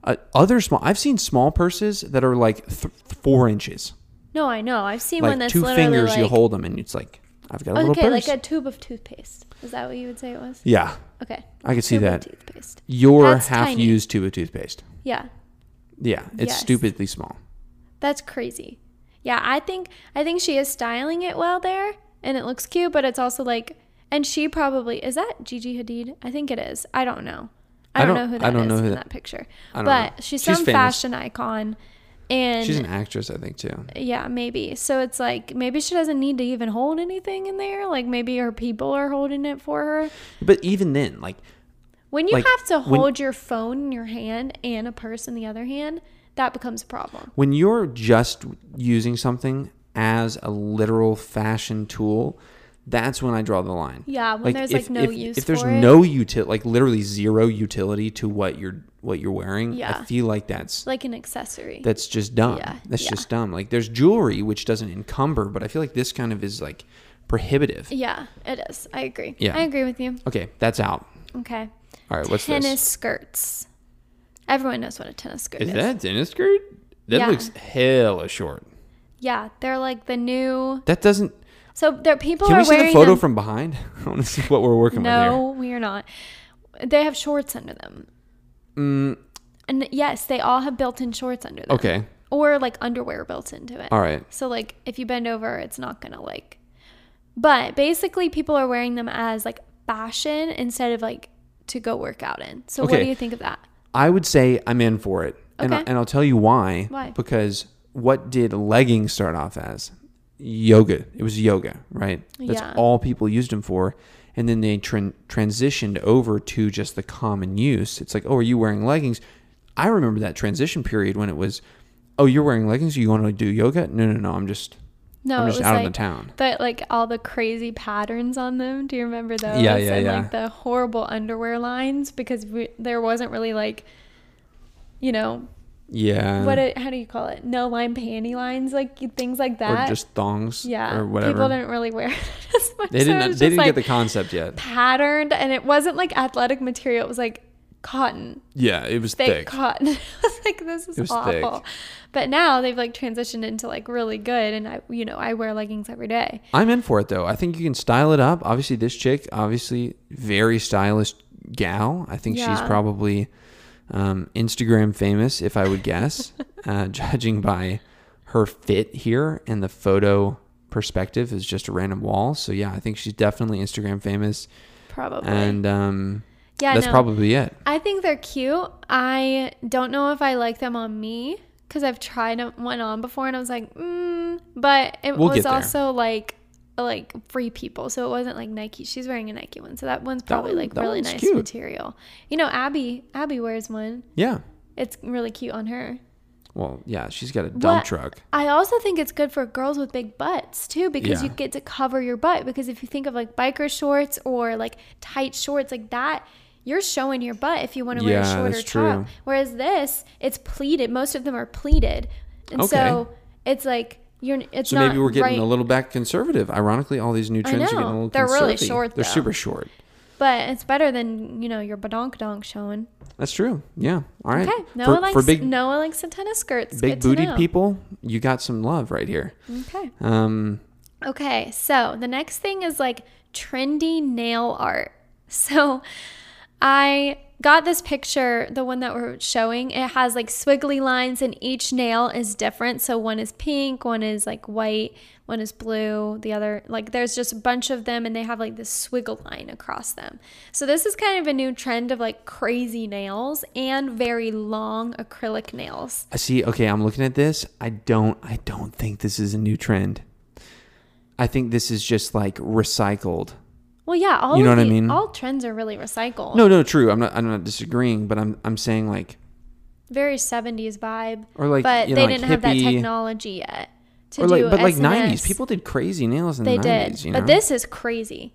Uh, other small, I've seen small purses that are like th- four inches, No, I know. I've seen one like that's two literally fingers. like you hold them, and it's like I've got a little okay, purse. like a tube of toothpaste. Is that what you would say it was? yeah, Okay. I could see tube of that. toothpaste. your That's half tiny. used tube of toothpaste. Yeah. Yeah, it's Yes. stupidly small. That's crazy. Yeah, I think I think she is styling it well there and it looks cute, but it's also like and she probably is that Gigi Hadid? I think it is. I don't know. I, don't, know who that is I don't know who in that- that, picture. I don't but know. she's She's some famous. fashion icon and She's an actress, I think, too. yeah, maybe. So it's like maybe she doesn't need to even hold anything in there. Like maybe her people are holding it for her. But even then, like, When you Like, have to when- hold your phone in your hand and a purse in the other hand, that becomes a problem. when you're just using something as a literal fashion tool, that's when I draw the line. Yeah, when there's, like, no if, use If there's for it. no utility, like literally zero utility to what you're what you're wearing, I Yeah. feel like that's Like an accessory. that's just dumb. Yeah, that's yeah. just dumb. Like there's jewelry which doesn't encumber, but I feel like this kind of is like prohibitive. Yeah, it is. I agree. Yeah. I agree with you. Okay, that's out. Okay. All right, what's tennis this? skirts. Everyone knows what a tennis skirt is. Is that a tennis skirt? That Yeah. looks hella short. Yeah, they're like the new. That doesn't. So there people Can are we see wearing the photo them. from behind? I want to see what we're working no, we are not. They have shorts under them. And yes, they all have built-in shorts under them. with here. Mm. Okay. Or like underwear built into it. All right. So like if you bend over, it's not gonna like But basically, people are wearing them as like fashion instead of like to go work out in. So, what Okay. do you think of that? I would say I'm in for it. And, I, Okay. and I'll tell you why. Why? Because what did leggings start off as? Yoga. It was yoga, right? That's Yeah. all people used them for. And then they tran transitioned over to just the common use. It's like, oh, are you wearing leggings? I remember that transition period when it was, oh, you're wearing leggings? You want to do yoga? No, no, no. I'm just, No, I'm it just was out like of the town. But like all the crazy patterns on them. Do you remember those? Yeah, yeah, and yeah. like the horrible underwear lines because we, there wasn't really like, you know, Yeah. what? It, how do you call it? No line panty lines, like things like that. or just thongs. yeah, Or whatever. People didn't really wear it as much. they didn't, so it they was didn't just, get the like, concept yet. patterned, and it wasn't like athletic material. It was like cotton, Yeah. It was thick, thick. cotton. I was like, this is It was thick. awful. But now they've like transitioned into like really good, and I, you know, I wear leggings every day. I'm in for it though. I think you can style it up. Obviously, this chick, obviously, very stylish gal. I think she's Yeah. probably um, Instagram famous, if I would guess, uh, judging by her fit here and the photo perspective is just a random wall. So yeah, I think she's definitely Instagram famous, Probably. and um, yeah, that's no. probably it. I think they're cute. I don't know if I like them on me because I've tried one on before and I was like, mm, but it We'll get was there. also like like free people, so it wasn't like Nike. She's wearing a Nike one, so that one's probably one- like that really one's nice cute. material. You know, Abby Abby wears one. Yeah. It's really cute on her. Well, yeah, she's got a dump What- truck. I also think it's good for girls with big butts too because Yeah. you get to cover your butt. Because if you think of like biker shorts or like tight shorts like that, you're showing your butt if you want to wear Yeah, a shorter that's top. true. Whereas this, it's pleated. Most of them are pleated, and so Okay. it's like you're. It's So not maybe we're getting right, a little back conservative. Ironically, all these new trends are getting a know. little They're really conservative. short, They're though. super short. but it's better than you know your badonk donk showing. That's true. Yeah. All right. Okay, Noah for, likes for big Noah likes the tennis skirts. big Good to bootied know. Mm-hmm. people, you got some love right here. Okay. Um, Okay, so the next thing is like trendy nail art. So I got this picture, the one that we're showing. It has like swiggly lines, and each nail is different. So one is pink, one is like white, one is blue, the other, like there's just a bunch of them, and they have like this swiggle line across them. So this is kind of a new trend of like crazy nails and very long acrylic nails. I see. Okay, I'm looking at this. I don't. I don't think this is a new trend. I think this is just like recycled. Well, yeah, all You know of what I the- mean? all trends are really recycled. No, no, true. I'm not. I'm not disagreeing, but I'm. I'm saying like very 70s vibe Or like, but you know, they like didn't have that hippie- technology yet to or like, do but like SNS. 90s. People did crazy nails in they the 90s. did you know? but this is crazy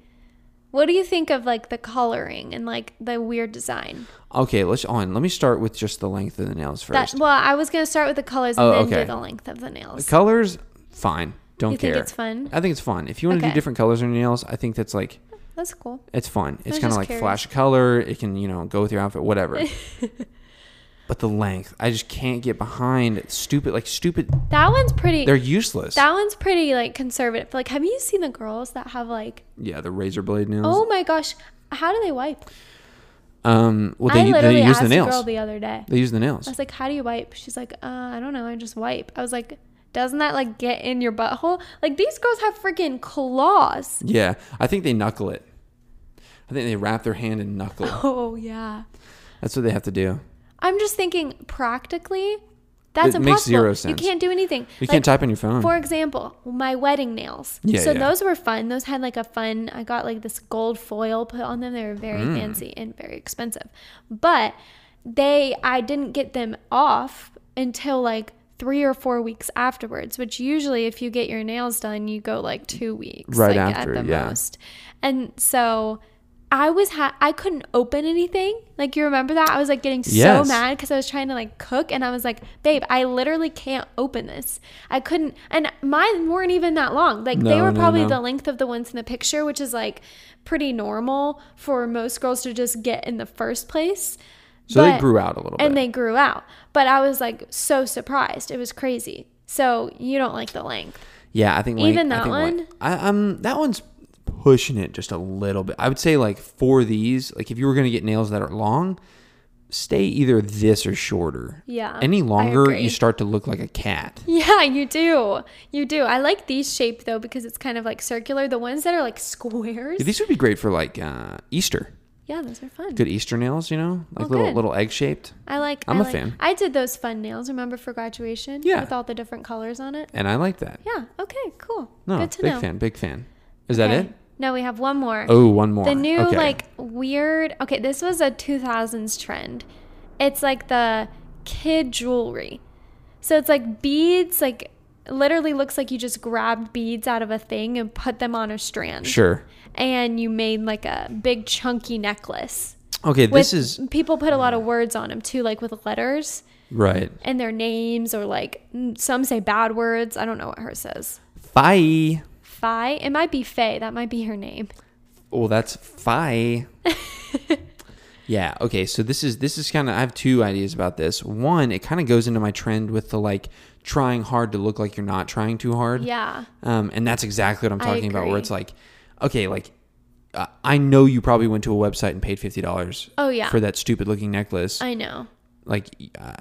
what do you think of like the coloring and like the weird design Okay, let's on. Let me start with just the length of the nails that first. well i was going to start with the colors and Oh, then okay. do the length of the nails Colors, fine. Don't you care. think it's fun I think it's fun. If you want to do Okay. different colors on your nails, I think that's like that's cool It's fun. It's was kind of just like curious. flash of color. It can, you know, go with your outfit, whatever. but the length, I just can't get behind stupid, like stupid. that one's pretty They're useless. that one's pretty like conservative like have you seen the girls that have like yeah, the razor blade nails. oh my gosh how do they wipe Um, well, Oh, i they, literally they use asked the a girl nails. the other day They use the I nails. was like, "How do you wipe?" She's like, "Uh, I don't know. I just wipe." I was like, "Doesn't that like get in your butthole?" Like these girls have freaking claws. Yeah, I think they knuckle it. I think they wrap their hand and knuckle. it. Oh yeah. That's what they have to do. I'm just thinking practically, that's It impossible. makes zero You sense. can't do anything. You Like, can't type on your phone. For example, my wedding nails. Um, Yeah, so yeah. those were fun. Those had like a fun. I got like this gold foil put on them. They were very Mm. fancy and very expensive, but they I didn't get them off until like three or four weeks afterwards. Which usually, if you get your nails done, you go like two weeks, Right like, after, at the yeah. most. And so. I was ha- I couldn't open anything. Like you remember that? I was like getting Yes. so mad because I was trying to like cook and I was like, babe, I literally can't open this. I couldn't, and mine weren't even that long. Like they No, were no, probably no. the length of the ones in the picture, which is like pretty normal for most girls to just get in the first place. so they but- grew out a little And bit. they grew out. But I was like so surprised. It was crazy. So you don't like the length. yeah, I think like, even I that think, like, one? I, I'm that one's pushing it just a little bit. I would say like for these, like if you were gonna get nails that are long, stay either this or shorter. Yeah, Any I longer, you agree. start to look like a cat. Yeah, you do. You do. I like these shape though because it's kind of like circular. The ones that are like squares. These would be great for like uh, Easter. Yeah, those are fun. Good Easter nails, you know, like Oh, little good. little egg shaped. I like. I'm I a like- fan. I did those fun nails. Remember for graduation? Yeah. With all the different colors on it. And I like that. Yeah. Okay. Cool. No, Good to big know. fan, big fan. Is that Okay. it? No, we have one more. Oh, one more. The new Okay. like weird. Okay, this was a 2000s trend. It's like the kid jewelry. So it's like beads, like literally looks like you just grabbed beads out of a thing and put them on a strand. Sure. And you made like a big chunky necklace. Okay, With, this is people put a lot of words on them too, like with letters right. and their names or like mm, some say bad words. I don't know what hers says. Fi. Fi. It might be Faye. That might be her name. Oh, that's fi. yeah. Okay. So this is this is kind of I have two ideas about this. One, it kind of goes into my trend with the like trying hard to look like you're not trying too hard. Yeah. Um, and that's exactly what I'm I talking about. Where agree. it's like, okay, like uh, I know you probably went to a website and paid fifty dollars. Oh, yeah. For that stupid looking necklace. I know. like, uh,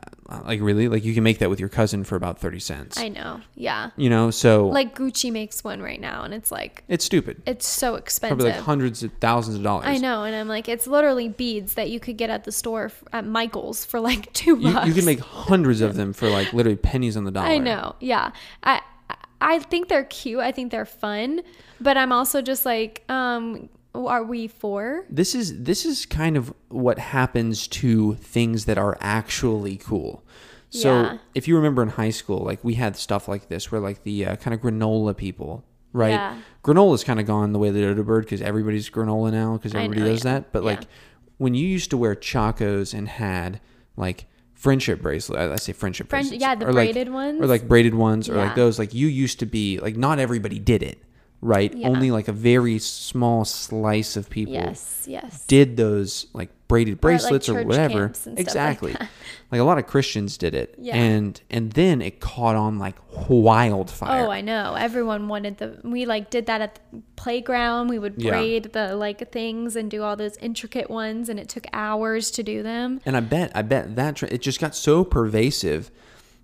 like really, like you can make that with your cousin for about thirty cents. I know. Yeah. you know, so Like Gucci makes one right now and it's like it's stupid. it's so expensive. Probably like hundreds of thousands of dollars. I know, and I'm like, it's literally beads that you could get at the store f- at Michael's for like two You, bucks. you can make hundreds of them for like literally pennies on the dollar. I know, yeah. I I- I think they're cute. I think they're fun, but I'm also just like, um, are we for? This is this is kind of what happens to things that are actually cool. So Yeah. if you remember in high school, like we had stuff like this, where like the uh, kind of granola people, right? Yeah. Granola's kind of gone the way of the dodo bird because everybody's granola now because I everybody know, does yeah. that. But like Yeah. when you used to wear chacos and had like friendship bracelet, I I say friendship Friend- bracelets, yeah, the or, like- braided ones. or like braided ones, or like Yeah. those. Like you used to be like not everybody did it, right? Yeah. Only like a very small slice of people Yes, yes. did those like braided Or at, like, bracelets or, church whatever. camps and stuff like exactly. that. Like, a lot of Christians did it. Yeah. And and then it caught on like wildfire. Oh, I know. Everyone wanted the. We like did that at the playground. We would Yeah. braid the like things and do all those intricate ones, and it took hours to do them. and I bet I bet that tr- it just got so pervasive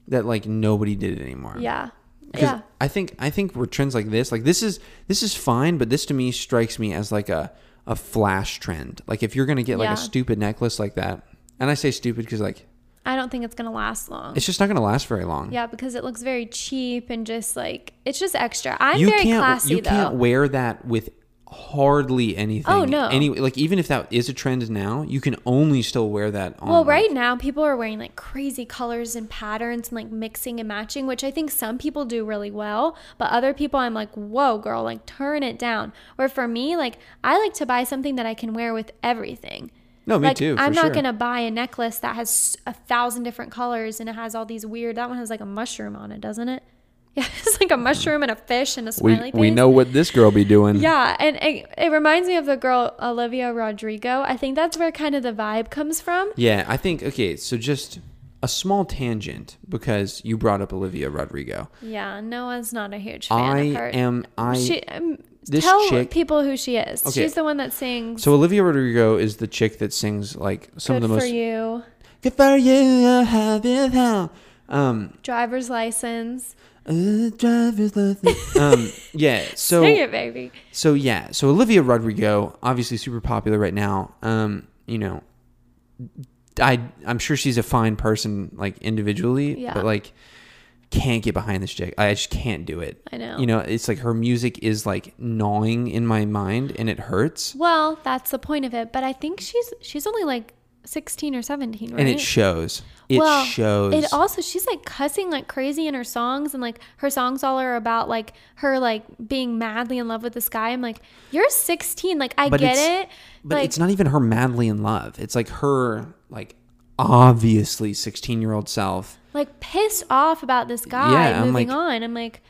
that like nobody did it anymore. Yeah, 'Cause yeah. I think I think where trends like this, like this is this is fine, but this to me strikes me as like a a flash trend. Like if you're gonna get like Yeah. a stupid necklace like that, and I say stupid because like I don't think it's gonna last long. it's just not gonna last very long. Yeah, because it looks very cheap and just like it's just extra. I'm you very can't classy you though. can't wear that with hardly anything. Oh, no. Any like even if that is a trend now, you can only still wear that on. well, like- right now people are wearing like crazy colors and patterns and like mixing and matching, which I think some people do really well, but other people I'm like, "Whoa, girl, like turn it down." Where for me, like I like to buy something that I can wear with everything. No, me like, too. I'm for not sure. gonna buy a necklace that has a thousand different colors and it has all these weird. That one has like a mushroom on it, doesn't it? Yeah, it's like a mushroom and a fish and a smiley face. what this girl be doing. Yeah, and it, it reminds me of the girl Olivia Rodrigo. I think that's where kind of the vibe comes from. Yeah, I think okay. So just a small tangent because you brought up Olivia Rodrigo. Yeah, Noah's not a huge fan I of her. am I. she, um, this tell chick- people who she is. Okay. She's the one that sings so Olivia Rodrigo is the chick that sings like some "Good of the for most You," good for you, happy how. Um, "Driver's License." uh, driver's license. um, yeah. So Sing it, baby. So yeah, so Olivia Rodrigo, obviously super popular right now. Um, you know, I I'm sure she's a fine person, like individually, Yeah. but like can't get behind this chick. I just can't do it. I know. You know, it's like her music is like gnawing in my mind, and it hurts, Well, that's the point of it. But I think she's she's only like sixteen or seventeen, right? and it shows. It well, shows. It also she's like cussing like crazy in her songs, and like her songs all are about like her like being madly in love with this guy. I'm like, you're 16, like I But get it's- it, but like it's not even her madly in love. It's like her like obviously 16 year old self. like pissed off about this guy Yeah, I'm moving like- on. I'm like,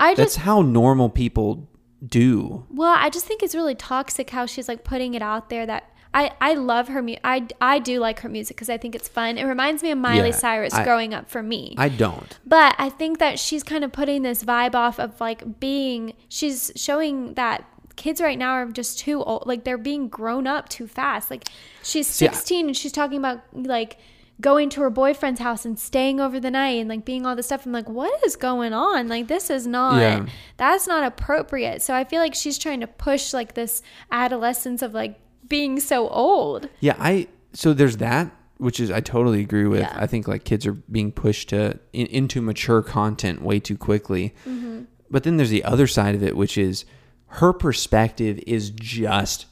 I That's just how normal people do. well, I just think it's really toxic how she's like putting it out there that. I, I love her music. I, I do like her music because I think it's fun. It reminds me of Miley Yeah, Cyrus I- growing up for me. I don't. But I think that she's kind of putting this vibe off of like being, she's showing that kids right now are just too old. Like they're being grown up too fast. Like she's See, I- 16 and she's talking about like going to her boyfriend's house and staying over the night and like being all this stuff. I'm like, what is going on? Like this is not Yeah. that's not appropriate. So I feel like she's trying to push like this adolescence of like being so old. Yeah, I so there's that, which is I totally agree with. Yeah. I think like kids are being pushed to in, into mature content way too quickly. Mm-hmm. But then there's the other side of it, which is her perspective is just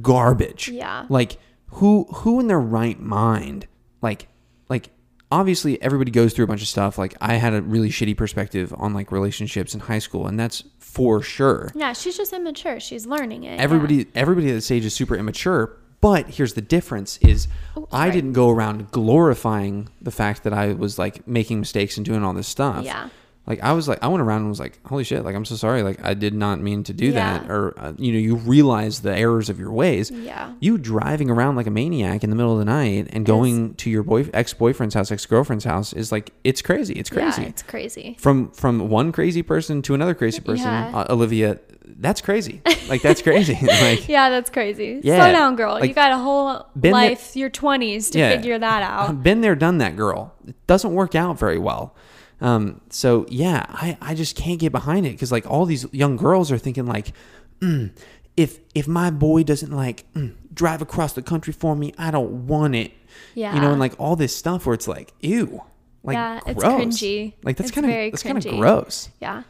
garbage. Yeah. Like who who in their right mind like like obviously everybody goes through a bunch of stuff. Like I had a really shitty perspective on like relationships in high school and that's for sure Yeah, she's just immature. She's learning it. yeah. everybody everybody at this age is super immature but here's the difference is i Oh, sorry. didn't go around glorifying the fact that i was like making mistakes and doing all this stuff Yeah. like i was like i went around and was like holy shit like i'm so sorry like i did not mean to do that Yeah. or uh, you know you realize the errors of your ways Yeah. you driving around like a maniac in the middle of the night and going to your boy ex-boyfriend's house ex-girlfriend's house is like it's crazy it's crazy Yeah, it's crazy. from from one crazy person to another crazy person Yeah. uh, olivia that's crazy like that's crazy like Yeah, that's crazy. Yeah, Slow down, girl. you like, got a whole been there- life, your 20s to Yeah. figure that out. been there done that girl it doesn't work out very well um so yeah i i just can't get behind it because like all these young girls are thinking like mm, if if my boy doesn't like mm, drive across the country for me i don't want it you know Yeah. and like all this stuff where it's like ew like Yeah, it's gross. cringy. like that's It's kind of very that's kind of cringy. gross Yeah.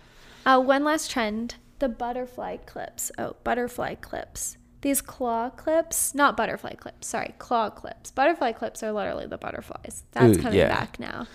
Uh, one last trend the butterfly clips. Oh, butterfly clips. These claw clips, not butterfly clips, sorry, claw clips. Butterfly clips are literally the butterflies. That's Ooh, coming yeah. back now.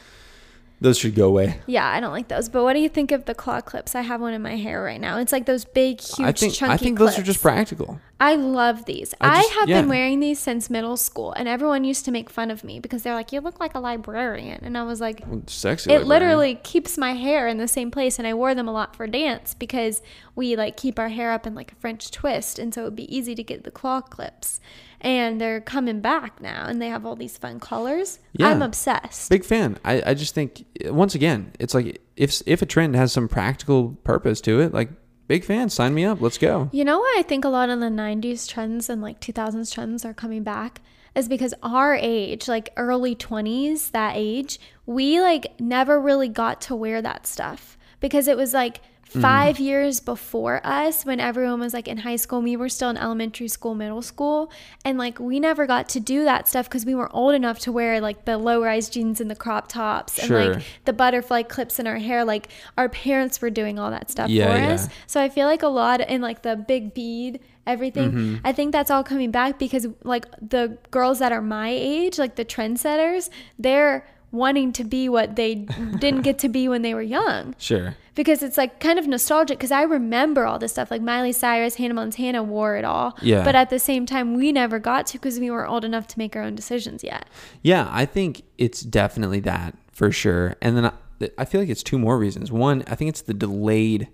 those should go away Yeah, I don't like those. But what do you think of the claw clips? I have one in my hair right now. It's like those big, huge, i think chunky i think those are clips. just practical I love these. I I, just- have yeah. been wearing these since middle school, and everyone used to make fun of me because they're like, "You look like a librarian," and I was like, sexy "It like, right? literally keeps my hair in the same place." And I wore them a lot for dance because we like keep our hair up in like a French twist, and so it would be easy to get the claw clips. And they're coming back now, and they have all these fun colors. Yeah. I'm obsessed. big fan I, I just think once again it's like if if a trend has some practical purpose to it like big fan sign me up let's go You know why I think a lot of the 90s trends and like 2000s trends are coming back? Is because our age, like early 20s, that age, we like never really got to wear that stuff because it was like five years before us when everyone was like in high school. and We were still in elementary school, middle school. And like we never got to do that stuff because we weren't old enough to wear like the low rise jeans and the crop tops and Sure. like the butterfly clips in our hair. Like our parents were doing all that stuff Yeah, for yeah. us. So I feel like a lot in like the big bead, everything. Mm-hmm. I think that's all coming back because like the girls that are my age, like the trendsetters, they're wanting to be what they didn't get to be when they were young sure because it's like kind of nostalgic because I remember all this stuff like Miley Cyrus, Hannah Montana wore it all. Yeah. But at the same time, we never got to because we weren't old enough to make our own decisions yet. yeah i think it's definitely that for sure and then I, I feel like it's two more reasons one i think it's the delayed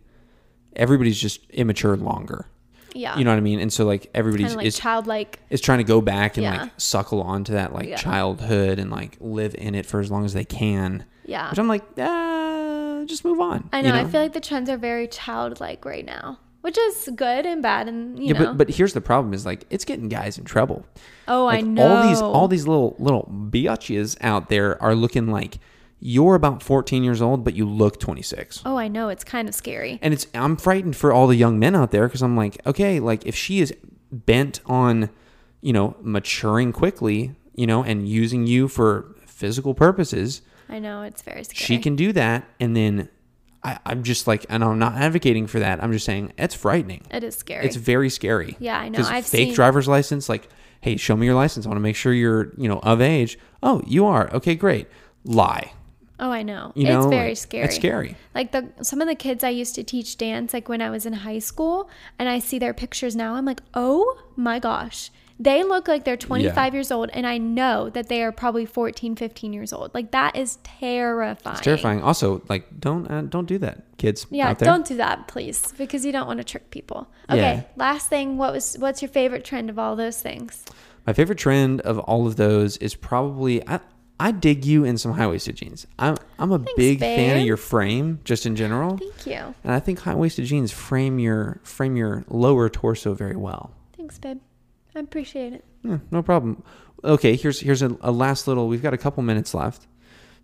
everybody's just immature longer Yeah. you know what i mean and so like everybody's kind of like is, childlike. is trying to go back and Yeah. like suckle onto that like Yeah. childhood and like live in it for as long as they can Yeah. which i'm like ah, just move on I you know, I feel like the trends are very childlike right now, which is good and bad. And, yeah, you know, but but here's the problem: is like it's getting guys in trouble. oh, I Like, know. all these all these little little biatches out there are looking like you're about 14 years old, but you look 26. Oh, I know. It's kind of scary. And it's I'm frightened for all the young men out there because I'm like, okay, like if she is bent on, you know, maturing quickly, you know, and using you for physical purposes, I know. It's very scary. she can do that, and then. I, I'm just like, and I'm not advocating for that. I'm just saying it's frightening. It is scary. It's very scary. Yeah, I know. 'Cause I've fake seen- driver's license, like, hey, show me your license. I want to make sure you're, you know, of age. Oh, you are. Okay, great. Lie. oh, I know. You know, it's very like, scary. It's scary. Like the some of the kids I used to teach dance, like when I was in high school, and I see their pictures now, I'm like, oh my gosh. They look like they're 25 years old, and I know that they are probably 14, 15 years old. Like that is terrifying. It's terrifying. Also, like, don't uh, don't do that, kids. Yeah, out there. don't do that, please, because you don't want to trick people. Okay, Yeah. last thing, what was what's your favorite trend of all those things? My favorite trend of all of those is probably I, I dig you in some high waisted jeans. I'm I'm a big fan of babe. your frame, just in general, Thank you. and I think high waisted jeans frame your frame your lower torso very well. Thanks, babe. I appreciate it. Yeah, no problem. Okay, here's here's a, a last little. We've got a couple minutes left,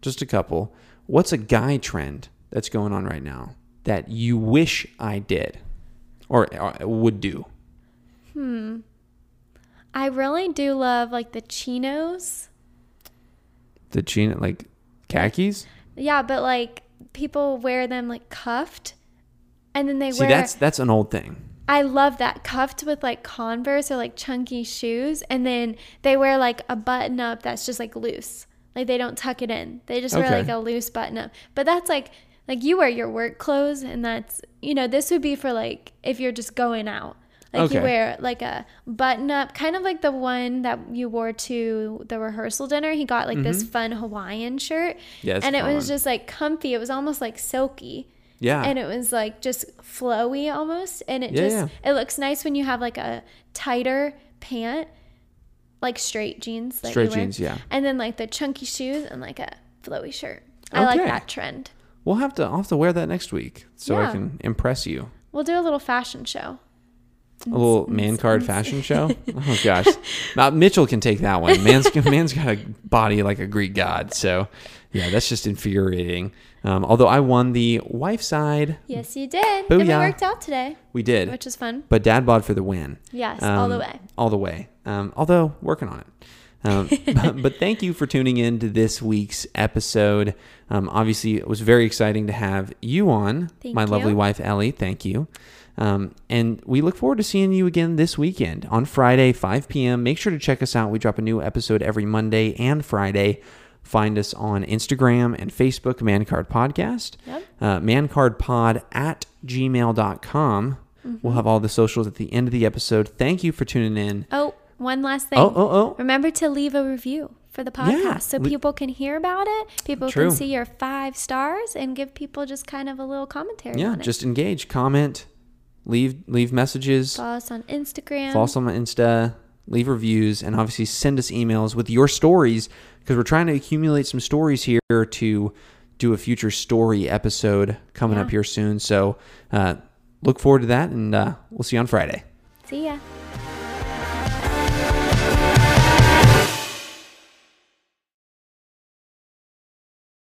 just a couple. What's a guy trend that's going on right now that you wish I did, or, or would do? I really do love like the chinos. The jean like khakis. Yeah, but like people wear them like cuffed. And then they See, wear that's that's an old thing. I love that cuffed with like Converse or like chunky shoes, and then they wear like a button up that's just like loose. Like they don't tuck it in. They just wear Okay. like a loose button up. But that's like like you wear your work clothes, and that's you know this would be for like if you're just going out. Like Okay. you wear like a button up, kind of like the one that you wore to the rehearsal dinner. He got like this fun Hawaiian shirt, Yeah, Mm-hmm. that's and it fun. was just like comfy. It was almost like silky Yeah. and it was like just flowy almost and it Ah. Yeah, just it looks nice when you have like a tighter pant like straight jeans that you Straight wear, jeans, yeah. and then like the chunky shoes and like a flowy shirt i like Okay. that trend We'll have to I'll have to wear that next week so I Yeah. can impress you. we'll do a little fashion show A little man card fashion show. Oh gosh, now Mitchell can take that one. Man's man's got a body like a Greek god. So yeah, that's just infuriating. Um, although I won the wife side, yes you did and we Booyah. worked out today we did, which is fun but dad bod for the win. yes all the Um, way All the way. Um, although working on it. Um, but, but thank you for tuning in to this week's episode. Um, obviously, it was very exciting to have you on, Thank my lovely you. wife Ellie. Thank you. Um, and we look forward to seeing you again this weekend on Friday, 5 p.m. Make sure to check us out. We drop a new episode every Monday and Friday. Find us on Instagram and Facebook, Mancard Podcast Yep. uh, mancardpod at gmail.com. We'll have all the socials at the end of the episode. Thank you for tuning in. oh one last thing Oh, oh, oh. remember to leave a review for the podcast so le- people can hear about it people True. can see your five stars and give people just kind of a little commentary Yeah, on it. just engage, comment, leave leave messages, Follow us on Instagram. follow us on Insta, leave reviews, and obviously send us emails with your stories because we're trying to accumulate some stories here to do a future story episode coming Yeah. up here soon. So uh, look forward to that, and uh, we'll see you on Friday. See ya.